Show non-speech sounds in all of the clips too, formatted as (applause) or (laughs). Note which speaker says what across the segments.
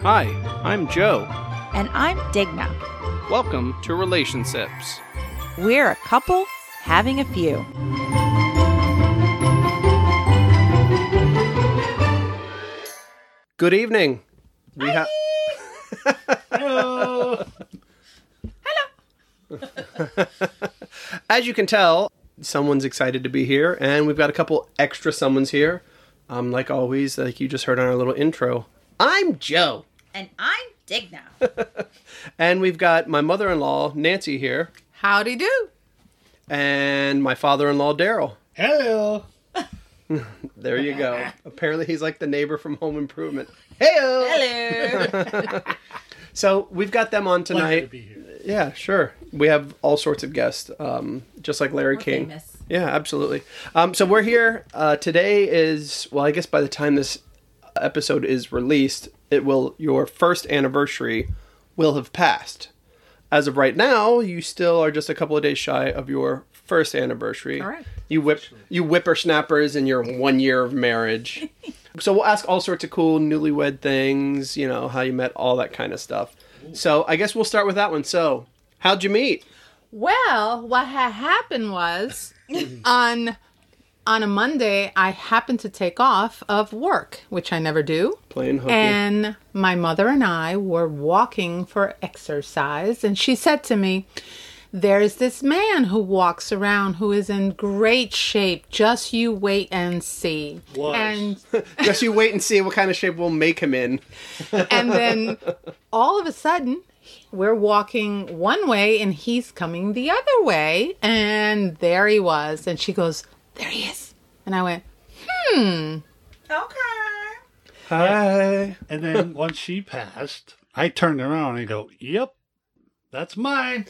Speaker 1: Hi, I'm Joe.
Speaker 2: And I'm Digna.
Speaker 1: Welcome to Relationships.
Speaker 2: We're a couple having a few.
Speaker 1: Good evening. We have Hello. Hello. As you can tell, someone's excited to be here, and we've got a couple extra someone's here. Um, like always, like you just heard on our little intro, I'm Joe,
Speaker 2: And I'm
Speaker 1: (laughs)
Speaker 2: Digna.
Speaker 1: and we've got my mother-in-law Nancy here,
Speaker 2: Howdy do.
Speaker 1: and my father-in-law Daryl.
Speaker 3: Hello.
Speaker 1: There you (laughs) go. Apparently, he's like the neighbor from Home Improvement. Hey. (laughs)
Speaker 2: Hello.
Speaker 1: So we've got them on
Speaker 3: Pleasure
Speaker 1: tonight.
Speaker 3: to be here.
Speaker 1: Yeah, sure. We have all sorts of guests, um, just like Larry King.
Speaker 2: famous.
Speaker 1: Yeah, absolutely. Um, so we're here uh, today. Is well, I guess by the time this episode is released, it will your first anniversary will have passed. As of right now, you still are just a couple of days shy of your first anniversary.
Speaker 2: Correct.
Speaker 1: You whip you whippersnappers in your one year of marriage. so we'll ask all sorts of cool newlywed things. You know how you met, all that kind of stuff. So I guess we'll start with that one. So how'd you meet?
Speaker 4: Well, what had happened was on on a Monday I happened to take off of work, which I never do.
Speaker 1: Playing hooky.
Speaker 4: And my mother and I were walking for exercise and she said to me, There's this man who walks around who is in great shape. Just you wait and see.
Speaker 3: Was.
Speaker 4: And
Speaker 1: (laughs) Guess you wait and see what kind of shape we'll make him in.
Speaker 4: and then all of a sudden we're walking one way and he's coming the other way and there he was and she goes there he is and i went "Hmm."
Speaker 2: okay.
Speaker 1: Hi.
Speaker 3: And (laughs) then once she passed, I turned around and I go, Yep, that's mine.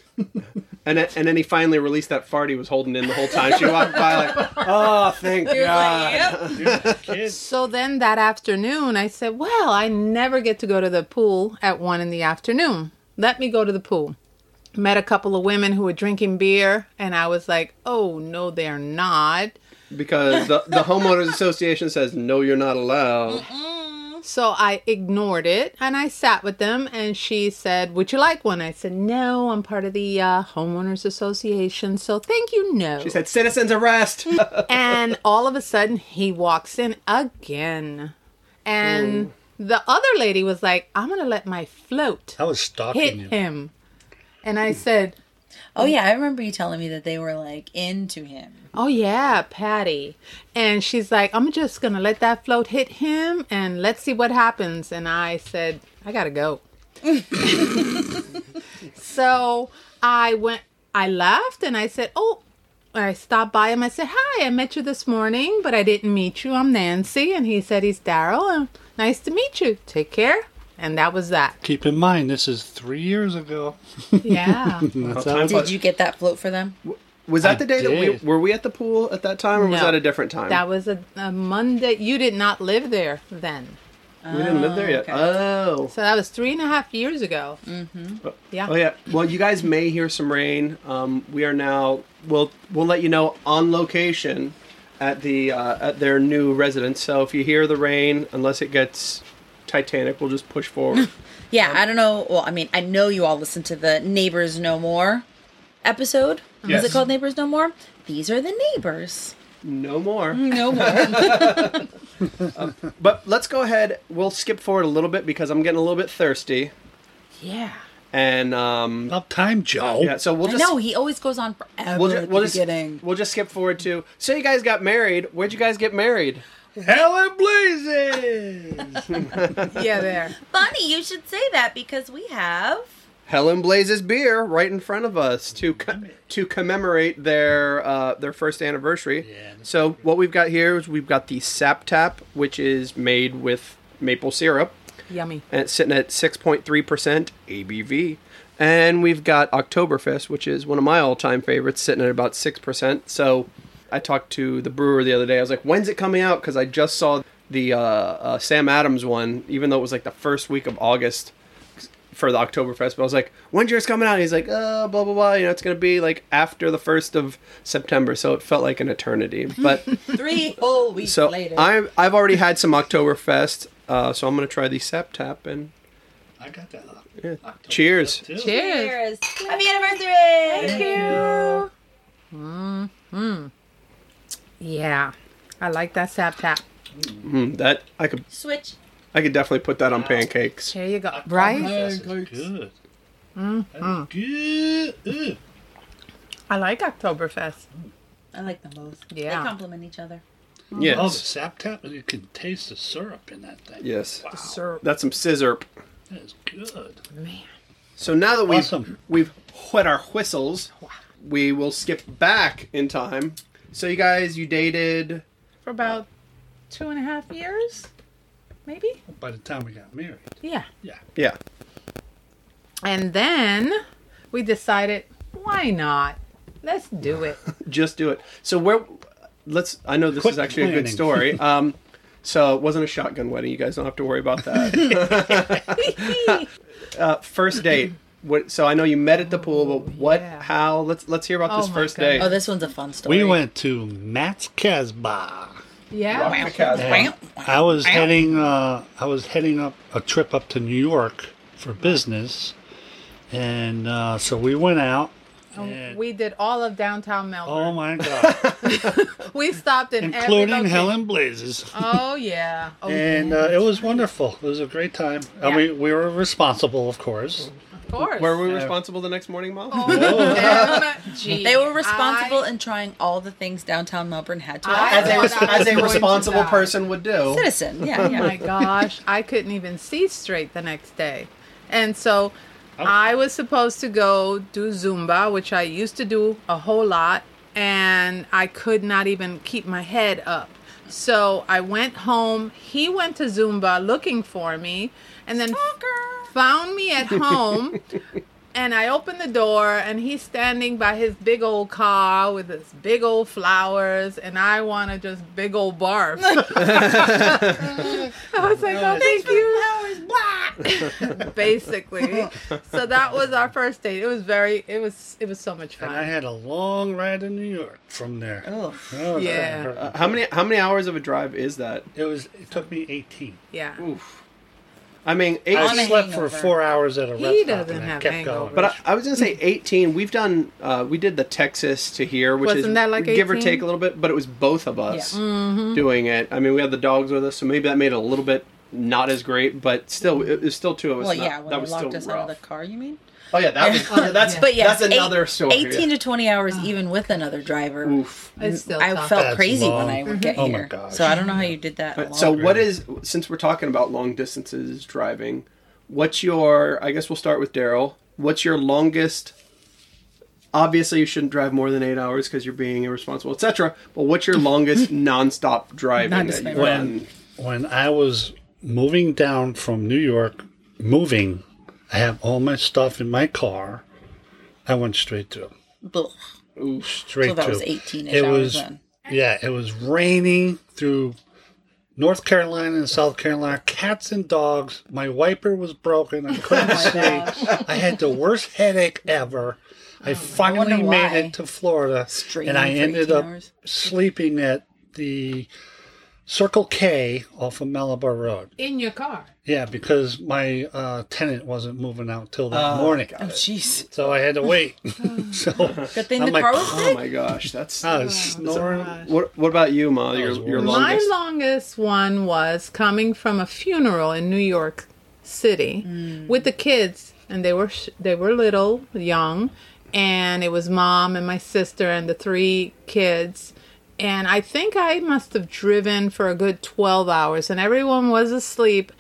Speaker 1: And then, and then he finally released that fart he was holding in the whole time. She walked by like, (laughs) oh, thank God.
Speaker 3: Kid.
Speaker 4: so then that afternoon i said well i never get to go to the pool at one in the afternoon let me go to the pool met a couple of women who were drinking beer and i was like oh no they're not
Speaker 1: Because the, the homeowners association says, no, you're not allowed.
Speaker 4: So I ignored it and I sat with them and she said, Would you like one? I said, No, I'm part of the uh, homeowners association. So thank you, no.
Speaker 1: She said, (laughs) citizens
Speaker 4: (laughs)
Speaker 1: arrest.
Speaker 4: and all of a sudden he walks in again. And the other lady was like, I'm going to let my float
Speaker 3: I was stalking
Speaker 4: hit
Speaker 3: you.
Speaker 4: him. And I said,
Speaker 2: Oh, yeah. I remember you telling me that they were like into him.
Speaker 4: Oh yeah, Patty. And she's like, I'm just gonna let that float hit him and let's see what happens. And I said, I gotta go. (laughs) so I went I left and I said, Oh I stopped by him. I said, Hi, I met you this morning, but I didn't meet you. I'm Nancy. And he said he's Daryl and nice to meet you. Take care. And that was that.
Speaker 3: Keep in mind, this is three years ago.
Speaker 4: Yeah.
Speaker 3: That's
Speaker 1: Time
Speaker 3: how
Speaker 1: flies.
Speaker 2: Did you get that float for them?
Speaker 1: Was that the day that we
Speaker 3: did.
Speaker 1: were we at the pool at that time, or was
Speaker 4: No.
Speaker 1: that a different time?
Speaker 4: (laughs) that was a, a Monday. You did not live there then.
Speaker 1: we didn't live there yet.
Speaker 2: okay.
Speaker 1: Oh,
Speaker 4: So that was three and a half years ago. Yeah.
Speaker 1: oh yeah. Well, you guys may hear some rain. Um, we are now. We'll we'll let you know on location at the uh, at their new residence. So if you hear the rain, unless it gets Titanic, we'll just push forward.
Speaker 4: (laughs)
Speaker 1: um,
Speaker 5: Yeah, I don't know. Well, I mean, I know you all listened to the Neighbors No More episode.
Speaker 3: Yes.
Speaker 5: Was it called Neighbors No More? These are the neighbors.
Speaker 1: no more.
Speaker 5: No (laughs) more.
Speaker 1: But let's go ahead. We'll skip forward a little bit because I'm getting a little bit thirsty.
Speaker 4: Yeah.
Speaker 1: And um,
Speaker 3: About time, Joe.
Speaker 1: yeah, so we'll just
Speaker 5: no, he always goes on forever.
Speaker 1: we'll, ju-
Speaker 5: at
Speaker 1: we'll
Speaker 5: the
Speaker 1: just
Speaker 5: beginning.
Speaker 1: we'll just skip forward to. So you guys got married. Where'd you guys get married?
Speaker 3: Hell and blazes.
Speaker 4: Yeah, there.
Speaker 5: Funny, you should say that because we have.
Speaker 1: Helen Blaze's beer right in front of us to co- to commemorate their uh, their first anniversary.
Speaker 3: Yeah.
Speaker 1: so what we've got here is we've got the Sap Tap, which is made with maple syrup,
Speaker 4: Yummy.
Speaker 1: and it's sitting at six point three percent ABV. And we've got Oktoberfest, which is one of my all time favorites, sitting at about six percent. So I talked to the brewer the other day. I was like, "When's it coming out?" Because I just saw the uh, uh, Sam Adams one, even though it was like the first week of August for the Oktoberfest, but I was like, when's yours coming out? And he's like, oh, blah, blah, blah. You know, it's going to be like after the 1st of September. So it felt like an eternity. But (laughs)
Speaker 2: Three whole weeks
Speaker 1: so
Speaker 2: later.
Speaker 1: I, I've already had some Oktoberfest. Uh, so I'm going to try the Sep Tap and
Speaker 3: I got that. October
Speaker 1: Cheers.
Speaker 3: too.
Speaker 4: Cheers.
Speaker 5: Happy anniversary!
Speaker 4: Thank you. hmm Yeah, I like that sap tap.
Speaker 1: Mm, that I could
Speaker 5: Switch.
Speaker 1: I could definitely put that on pancakes.
Speaker 4: There you go. Right? Mm-hmm.
Speaker 3: This is good. That's good. Ooh.
Speaker 4: I like Oktoberfest.
Speaker 5: I like them both.
Speaker 4: Yeah.
Speaker 5: They complement each other.
Speaker 3: Oh, the
Speaker 1: Yes.
Speaker 3: sap tap. You can taste the syrup in that thing.
Speaker 1: Yes.
Speaker 3: Wow,
Speaker 4: Syrup.
Speaker 1: That's some scissor.
Speaker 3: that is good.
Speaker 4: Man.
Speaker 1: So now that we've
Speaker 3: Awesome.
Speaker 1: we've whet our whistles, we will skip back in time. So you guys, you dated
Speaker 4: For about two and a half years, maybe?
Speaker 3: By the time we got married,
Speaker 4: Yeah.
Speaker 3: yeah.
Speaker 1: yeah.
Speaker 4: And then we decided, why not? Let's do it. (laughs)
Speaker 1: just do it. So where? Let's. I know this
Speaker 3: Quit
Speaker 1: is actually a good
Speaker 3: planning.
Speaker 1: story. Um, so it wasn't a shotgun wedding. You guys don't have to worry about that. uh, first date. What? So I know you met at the pool, but what?
Speaker 4: yeah.
Speaker 1: How? Let's let's hear about
Speaker 4: Oh
Speaker 1: this
Speaker 4: my
Speaker 1: first
Speaker 4: God.
Speaker 1: date.
Speaker 5: Oh, this one's a fun story.
Speaker 3: We went to Matt's Casbah.
Speaker 4: Yeah.
Speaker 3: And I was heading. Uh, I was heading up a trip up to New York for business, and uh, so we went out. and-
Speaker 4: Um, We did all of downtown
Speaker 3: oh
Speaker 4: Melbourne.
Speaker 3: my
Speaker 4: (laughs)
Speaker 3: god,
Speaker 4: we stopped in every
Speaker 3: including
Speaker 4: location.
Speaker 3: Helen Blazes.
Speaker 4: Oh yeah. Oh,
Speaker 3: And
Speaker 4: yeah.
Speaker 3: uh, it was wonderful. It was a great time. I
Speaker 4: Yeah. Oh,
Speaker 3: mean, we were responsible, of course.
Speaker 4: of
Speaker 3: (laughs)
Speaker 4: course.
Speaker 1: Were we responsible the next morning, mom?
Speaker 4: Oh, Helen- Gee,
Speaker 5: They were responsible
Speaker 4: I-
Speaker 5: in trying all the things downtown Melbourne had to
Speaker 4: I-
Speaker 5: offer.
Speaker 1: As a,
Speaker 4: (laughs) That's what I was
Speaker 1: as a
Speaker 4: going to
Speaker 1: responsible
Speaker 4: die.
Speaker 1: person would do.
Speaker 5: citizen. Yeah,
Speaker 4: oh my
Speaker 5: yeah.
Speaker 4: gosh, I couldn't even see straight the next day. And so I was supposed to go do Zumba, which I used to do a whole lot, and I could not even keep my head up. So I went home. He went to Zumba looking for me and then found me at home. and I opened the door, and he's standing by his big old car with his big old flowers, and I want to just big old barf. I was like, oh, thank you. (laughs) Basically, so that was our first date. It was very, it was, it was so much fun.
Speaker 3: And I had a long ride in New York from there.
Speaker 5: Oh.
Speaker 3: That was
Speaker 4: Yeah.
Speaker 3: hard.
Speaker 1: How many how many hours of a drive is that?
Speaker 3: It was. It took me 18.
Speaker 4: yeah,
Speaker 1: Oof. I mean, eight,
Speaker 3: I
Speaker 5: On a
Speaker 3: slept for
Speaker 5: hangover.
Speaker 3: four hours at a
Speaker 4: He
Speaker 3: rest stop
Speaker 4: doesn't
Speaker 3: and I
Speaker 4: have
Speaker 3: kept
Speaker 4: hangovers.
Speaker 3: going.
Speaker 1: But I, I was gonna say eighteen. We've done uh, we did the Texas to here, which is
Speaker 4: Wasn't that like
Speaker 1: give or
Speaker 4: 18?
Speaker 1: take a little bit. But it was both of us
Speaker 5: Mm-hmm.
Speaker 1: doing it. I mean, we had the dogs with us, so maybe that made it a little bit not as great. But still, it was still two of us.
Speaker 5: Well,
Speaker 1: and
Speaker 5: yeah,
Speaker 1: that,
Speaker 5: when
Speaker 1: that
Speaker 5: they
Speaker 1: was
Speaker 5: locked
Speaker 1: still
Speaker 5: us
Speaker 1: rough.
Speaker 5: out of the car, you mean?
Speaker 1: Oh yeah,
Speaker 5: (laughs)
Speaker 1: that was that's
Speaker 5: But yeah,
Speaker 1: that's another story.
Speaker 5: Eighteen to twenty hours, even with another driver.
Speaker 1: Oof.
Speaker 4: it's still.
Speaker 5: I
Speaker 4: tough.
Speaker 5: felt
Speaker 3: That's
Speaker 5: crazy
Speaker 3: long.
Speaker 5: when I would get
Speaker 3: Oh my
Speaker 5: here.
Speaker 3: gosh.
Speaker 5: So I don't know how you did that.
Speaker 1: But
Speaker 5: long.
Speaker 1: so what is since we're talking about long distances driving, what's your I guess we'll start with Daryl. What's your longest Obviously, you shouldn't drive more than eight hours because you're being irresponsible, etc. But what's your longest nonstop driving that you've done?
Speaker 3: when when I was moving down from New York, moving, I have all my stuff in my car. I went straight to
Speaker 5: Ugh.
Speaker 3: straight
Speaker 5: So that
Speaker 3: to.
Speaker 5: was 18-ish
Speaker 3: It
Speaker 5: hours
Speaker 3: was
Speaker 5: then.
Speaker 3: yeah, it was raining through North Carolina and South Carolina. Cats and dogs. My wiper was broken. I
Speaker 5: (laughs) Oh
Speaker 3: couldn't see. I had the worst headache ever. I finally
Speaker 5: Oh, wonder
Speaker 3: made
Speaker 5: why.
Speaker 3: it to Florida,
Speaker 5: Streaming
Speaker 3: and I
Speaker 5: for
Speaker 3: ended
Speaker 5: 18
Speaker 3: up
Speaker 5: hours.
Speaker 3: sleeping at the Circle K off of Malabar Road.
Speaker 4: in your car.
Speaker 3: Yeah, because my uh, tenant wasn't moving out till
Speaker 5: Oh,
Speaker 3: that morning,
Speaker 5: Jeez.
Speaker 3: so I had
Speaker 5: (laughs)
Speaker 3: to wait.
Speaker 5: Oh.
Speaker 3: (laughs) so
Speaker 5: Good thing
Speaker 3: I'm
Speaker 5: the
Speaker 3: like,
Speaker 5: car was
Speaker 1: Oh
Speaker 5: thick.
Speaker 1: my gosh, that's
Speaker 3: I was snoring.
Speaker 1: what. What about you, Ma? Your, your longest?
Speaker 4: My longest one was coming from a funeral in New York City with the kids, and they were sh- they were little, young, and it was mom and my sister and the three kids. And I think I must have driven for a good 12 hours, and everyone was asleep.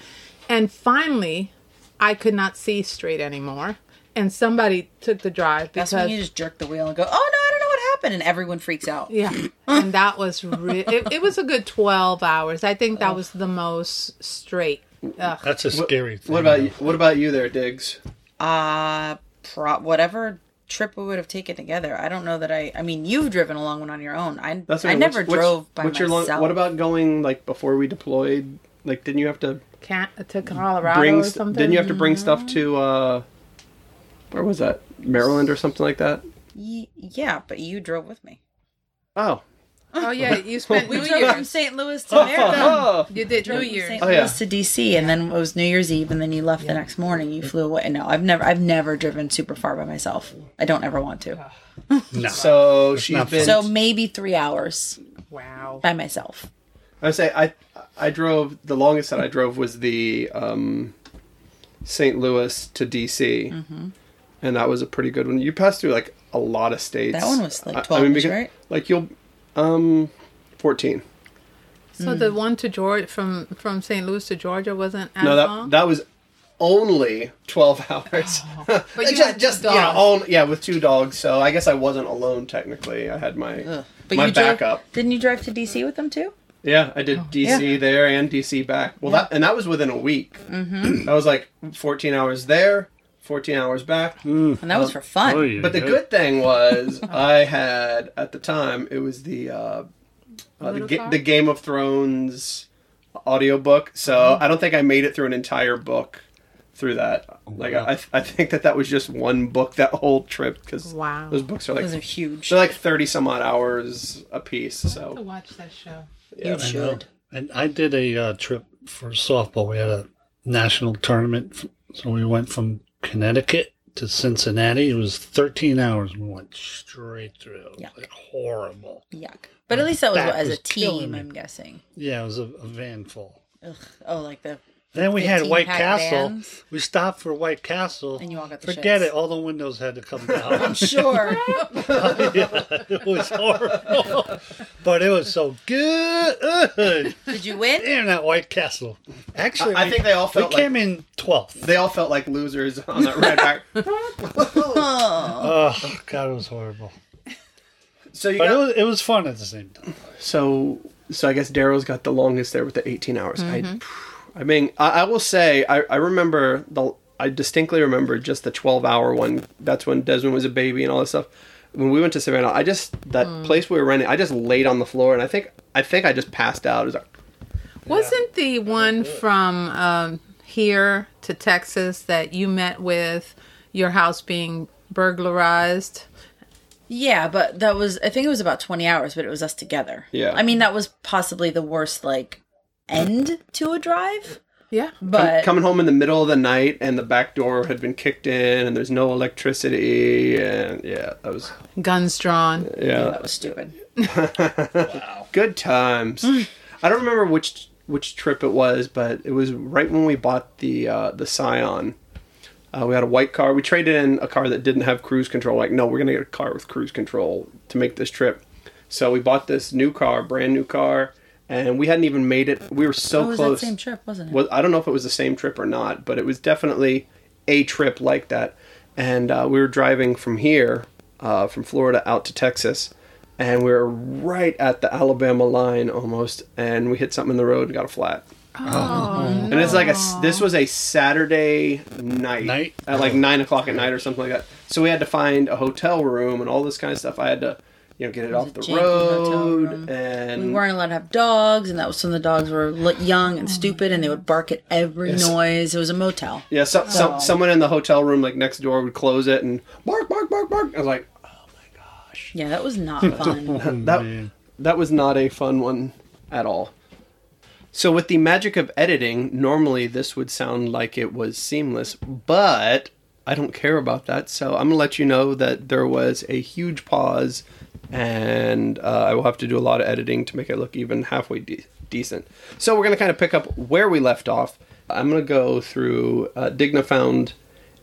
Speaker 4: And finally, I could not see straight anymore. And somebody took the drive because
Speaker 5: That's when you just jerk the wheel and go, oh no, I don't know what happened, and everyone freaks
Speaker 1: (laughs)
Speaker 5: out.
Speaker 4: yeah, and that was re- it, it. was a good twelve hours. I think
Speaker 1: Oh.
Speaker 4: that was the most straight. Ugh.
Speaker 3: That's a scary thing.
Speaker 1: What about you, what about you there, Diggs?
Speaker 5: Uh, pro- whatever trip we would have taken together. I don't know that I. I mean, you've driven a long one on your own. I
Speaker 1: That's what
Speaker 5: I
Speaker 1: mean,
Speaker 5: never
Speaker 1: what's- what's-
Speaker 5: drove by
Speaker 1: what's your long-
Speaker 5: myself.
Speaker 1: what about going like before we deployed? Like, didn't you have to
Speaker 4: Can't to Colorado
Speaker 1: bring
Speaker 4: or
Speaker 1: st-
Speaker 4: something.
Speaker 1: didn't you have to bring stuff to uh where was that maryland or something like that
Speaker 5: Ye- yeah, but you drove with me.
Speaker 1: oh
Speaker 4: Oh
Speaker 1: (laughs)
Speaker 4: yeah, you spent
Speaker 5: We
Speaker 4: New
Speaker 5: went from
Speaker 4: Year's.
Speaker 5: St. (laughs) Louis to America.
Speaker 4: You did
Speaker 5: New
Speaker 4: New
Speaker 5: Year's.
Speaker 4: Year's.
Speaker 1: Oh, yeah.
Speaker 5: to DC, and then it was New Year's Eve, and then you left the next morning. You flew away. No, I've never, I've never driven super far by myself. I don't ever want to.
Speaker 3: No.
Speaker 1: So she's
Speaker 3: not
Speaker 1: been.
Speaker 5: So maybe three hours
Speaker 4: Wow.
Speaker 5: by myself.
Speaker 1: I would say I I drove the longest that I drove was the um, St. Louis to DC,
Speaker 5: Mm-hmm.
Speaker 1: and that was a pretty good one. You passed through like a lot of states.
Speaker 5: That one was, like,
Speaker 1: I- I mean,
Speaker 5: 12 -ish,
Speaker 1: because-
Speaker 5: right?
Speaker 1: Like you'll um, fourteen.
Speaker 4: So the one to Georgia from from St. Louis to Georgia wasn't as
Speaker 1: No,
Speaker 4: long.
Speaker 1: that that was only twelve (laughs) hours.
Speaker 4: But you
Speaker 1: just,
Speaker 4: had
Speaker 1: just
Speaker 4: dogs.
Speaker 1: yeah, all, yeah, with two dogs. So I guess I wasn't alone technically. I had my
Speaker 5: But
Speaker 1: my
Speaker 5: you
Speaker 1: backup.
Speaker 5: Drove, didn't you drive to DC with them too?
Speaker 1: Yeah, I did DC there and DC back. Well, that and that was within a week. Mm-hmm. that was like 14 hours there, 14 hours back.
Speaker 5: And that
Speaker 1: Uh,
Speaker 5: was for fun.
Speaker 3: Oh, yeah,
Speaker 1: But the
Speaker 3: yeah.
Speaker 1: good thing (laughs) was I had at the time it was the uh, uh, the,
Speaker 4: Little
Speaker 1: ga-
Speaker 4: car?
Speaker 1: the Game of Thrones audiobook. So
Speaker 4: Mm-hmm.
Speaker 1: I don't think I made it through an entire book through that. Like I, I think that that was just one book that whole trip because
Speaker 4: Wow.
Speaker 1: those books are like
Speaker 5: Those are huge.
Speaker 1: they're like 30 some odd hours a piece.
Speaker 4: I have to
Speaker 1: So
Speaker 4: watch that show.
Speaker 5: you
Speaker 3: I
Speaker 5: should.
Speaker 3: know. And I did a uh, trip for softball. We had a national tournament, so we went from Connecticut to Cincinnati. It was 13 hours. We went straight through. It was
Speaker 5: Yuck.
Speaker 3: like horrible.
Speaker 5: Yuck. But at least that was
Speaker 3: That
Speaker 5: as
Speaker 3: was
Speaker 5: a
Speaker 3: killing
Speaker 5: team,
Speaker 3: me.
Speaker 5: I'm guessing.
Speaker 3: Yeah, it was a, a van full.
Speaker 5: Ugh. Oh, like the
Speaker 3: Then we had
Speaker 5: 15
Speaker 3: White
Speaker 5: pack
Speaker 3: Castle.
Speaker 5: vans?
Speaker 3: We stopped for White Castle.
Speaker 5: And you all got the
Speaker 3: Forget
Speaker 5: shits.
Speaker 3: it. All the windows had to come down. (laughs)
Speaker 5: I'm (laughs) sure.
Speaker 3: it was horrible. but it was so good.
Speaker 5: Did you win?
Speaker 3: Damn that White Castle. Actually,
Speaker 1: I- I
Speaker 3: we-
Speaker 1: think they all felt
Speaker 3: we
Speaker 1: like-
Speaker 3: came in 12th.
Speaker 1: they all felt like losers on (laughs) that ride back.
Speaker 3: Oh God, it was horrible.
Speaker 1: So you
Speaker 3: But
Speaker 1: got,
Speaker 3: it was it was fun at the same time.
Speaker 1: so so I guess Darrow's got the longest there with the 18 hours. I I mean I, I will say I, I remember the I distinctly remember just the 12 hour one. That's when Desmond was a baby and all this stuff. When we went to Savannah, I just that place we were renting, I just laid on the floor and I think I think I just passed out. It was like,
Speaker 4: Wasn't the one from um, here to Texas that you met with your house being burglarized?
Speaker 5: Yeah, but that was I think it was about 20 hours, but it was us together.
Speaker 1: Yeah.
Speaker 5: I mean, that was possibly the worst like end to a drive,
Speaker 4: Yeah.
Speaker 5: but
Speaker 1: coming home in the middle of the night and the back door had been kicked in and there's no electricity and yeah, that was
Speaker 4: Guns drawn.
Speaker 1: yeah.
Speaker 5: that was stupid.
Speaker 1: good times.
Speaker 5: Mm.
Speaker 1: I don't remember which which trip it was, but it was right when we bought the uh, the Scion. Uh, we had a white car. We traded in a car that didn't have cruise control. Like, no, we're gonna get a car with cruise control to make this trip. So we bought this new car, brand new car, and we hadn't even made it. We were so
Speaker 5: Oh, It was
Speaker 1: close.
Speaker 5: that same trip, wasn't it?
Speaker 1: Well, I don't know if it was the same trip or not, but it was definitely a trip like that. And uh, we were driving from here, uh, from Florida out to Texas, and we were right at the Alabama line almost, and we hit something in the road and got a flat.
Speaker 4: Oh,
Speaker 1: And it's like a s- this was a Saturday night,
Speaker 3: Night?
Speaker 1: at like nine o'clock at night or something like that. So we had to find a hotel room and all this kind of stuff. I had to, you know, get it,
Speaker 5: was
Speaker 1: off
Speaker 5: a
Speaker 1: the
Speaker 5: janky hotel room.
Speaker 1: road and
Speaker 5: we weren't allowed to have dogs, and that was when the dogs were li- young and stupid, and they would bark at every noise. It was a motel.
Speaker 1: Yeah, so, so, someone in the hotel room, like next door, would close it and bark, bark, bark, bark. I was like,
Speaker 5: Yeah, that was not fun.
Speaker 1: that that was not a fun one at all. So, with the magic of editing, normally this would sound like it was seamless, but I don't care about that. So, I'm gonna let you know that there was a huge pause, and uh, I will have to do a lot of editing to make it look even halfway de- decent. So, we're gonna kind of pick up where we left off. I'm gonna go through uh, Digna found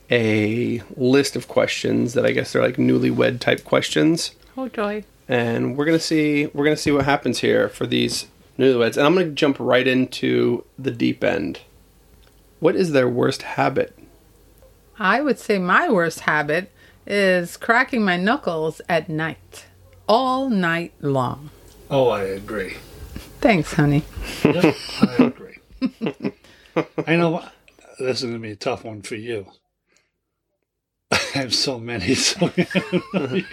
Speaker 1: a list of questions that I guess are like newlywed type questions
Speaker 4: oh joy.
Speaker 1: and we're gonna see we're gonna see what happens here for these newlyweds. And I'm gonna jump right into the deep end. What is their worst habit?
Speaker 4: I would say my worst habit is cracking my knuckles at night, all night long.
Speaker 3: Oh, I agree.
Speaker 4: Thanks, honey.
Speaker 3: Yep, (laughs) I agree. I know this is gonna be a tough one for you. (laughs) I have so many, (laughs) so you're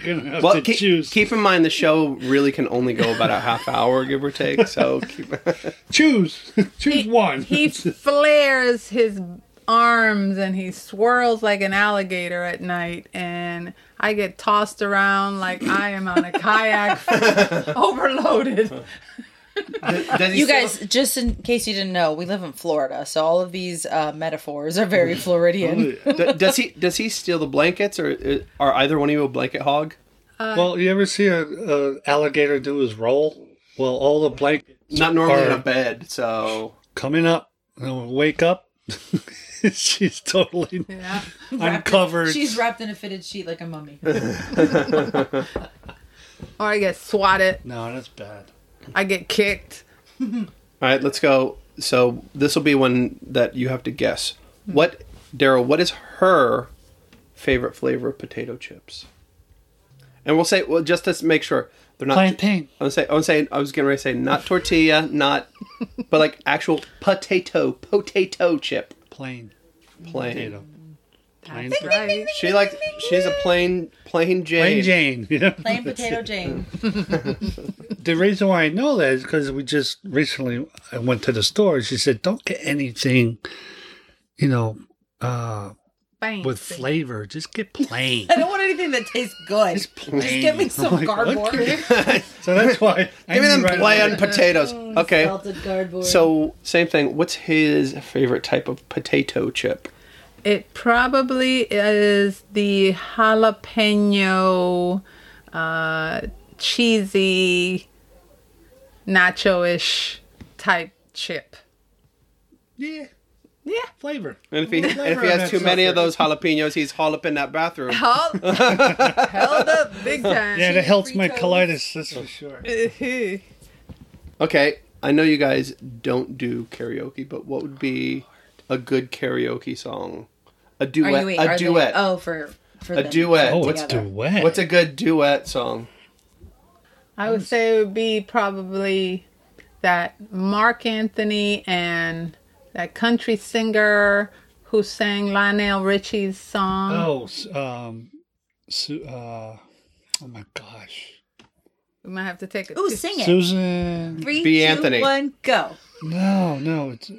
Speaker 3: gonna have to
Speaker 1: keep,
Speaker 3: choose.
Speaker 1: keep in mind the show really can only go about a half hour, give or (laughs) take. So keep,
Speaker 3: (laughs) choose, choose one.
Speaker 4: He flares his arms and he swirls like an alligator at night and I get tossed around like I am on a kayak overloaded.
Speaker 1: (laughs) Does he
Speaker 5: You
Speaker 1: still-
Speaker 5: guys, just in case you didn't know, we live in Florida, so all of these uh, metaphors
Speaker 1: (laughs)
Speaker 5: are
Speaker 1: Oh,
Speaker 5: very Floridian. (laughs)
Speaker 1: D- does he does he steal the blankets or uh, are either one of you a blanket hog?
Speaker 3: well, you ever see a, a alligator do his roll? Well, all the blankets
Speaker 1: Not normally in
Speaker 3: are
Speaker 1: a bed, so
Speaker 3: coming up, and I wake up. (laughs) She's totally
Speaker 4: Yeah.
Speaker 3: (laughs) uncovered.
Speaker 5: She's wrapped in a fitted sheet like
Speaker 1: (laughs)
Speaker 5: a mummy.
Speaker 4: Or I get swatted.
Speaker 3: no, that's bad.
Speaker 4: I get kicked.
Speaker 1: All right, let's go. So this will be one that you have to guess.
Speaker 3: Hmm.
Speaker 1: What, Daryl? What is her favorite flavor of potato chips? And we'll say, well, just to make sure they're not.
Speaker 3: Plantain.
Speaker 1: I was say, I was saying, I was getting ready to say not tortilla,
Speaker 3: (laughs)
Speaker 1: not, but like actual potato, potato chip,
Speaker 3: Plain
Speaker 1: plain.
Speaker 3: potato. Plain,
Speaker 4: That's right.
Speaker 1: She like she's a plain, plain Jane.
Speaker 3: plain Jane. (laughs) Yeah.
Speaker 5: Plain potato Jane.
Speaker 3: The reason why I know that is because we just recently I went to the store. and She said, "Don't get anything, you know, uh,
Speaker 4: Bang.
Speaker 3: with flavor. Just
Speaker 1: (laughs)
Speaker 3: get plain."
Speaker 5: I don't want anything that tastes good. Just give me some
Speaker 3: like, what?
Speaker 1: (laughs)
Speaker 5: cardboard.
Speaker 3: so that's why.
Speaker 1: Give me them plain potatoes.
Speaker 5: Mm,
Speaker 1: Okay.
Speaker 5: Salted cardboard.
Speaker 1: So same thing. What's his favorite type of potato chip?
Speaker 4: It probably is the jalapeno, uh, cheesy, nacho ish type chip.
Speaker 3: Yeah,
Speaker 4: Yeah.
Speaker 3: flavor.
Speaker 1: And if he, and if he has too many of those jalapenos, he's holoping that bathroom.
Speaker 3: (laughs)
Speaker 4: Held, held up big time.
Speaker 3: Yeah, that helps my colitis. That's for sure.
Speaker 1: Okay, I know you guys don't do karaoke, but what would be a good karaoke song? A
Speaker 5: Are
Speaker 1: duet.
Speaker 5: you wait,
Speaker 1: a
Speaker 5: are they-
Speaker 1: duet.
Speaker 5: oh, for for
Speaker 1: a
Speaker 5: them.
Speaker 1: duet.
Speaker 3: Oh,
Speaker 1: what's
Speaker 3: it's duet.
Speaker 1: what's a good duet song?
Speaker 4: I would say it would be probably that Mark Anthony and that country singer who sang Lionel Richie's song.
Speaker 3: oh, s- um, su- uh, oh my gosh,
Speaker 4: We might have to take it.
Speaker 5: Ooh, sing it.
Speaker 3: Susan.
Speaker 5: Three,
Speaker 1: Be
Speaker 5: two,
Speaker 1: Anthony.
Speaker 5: one, go.
Speaker 3: No, no, it's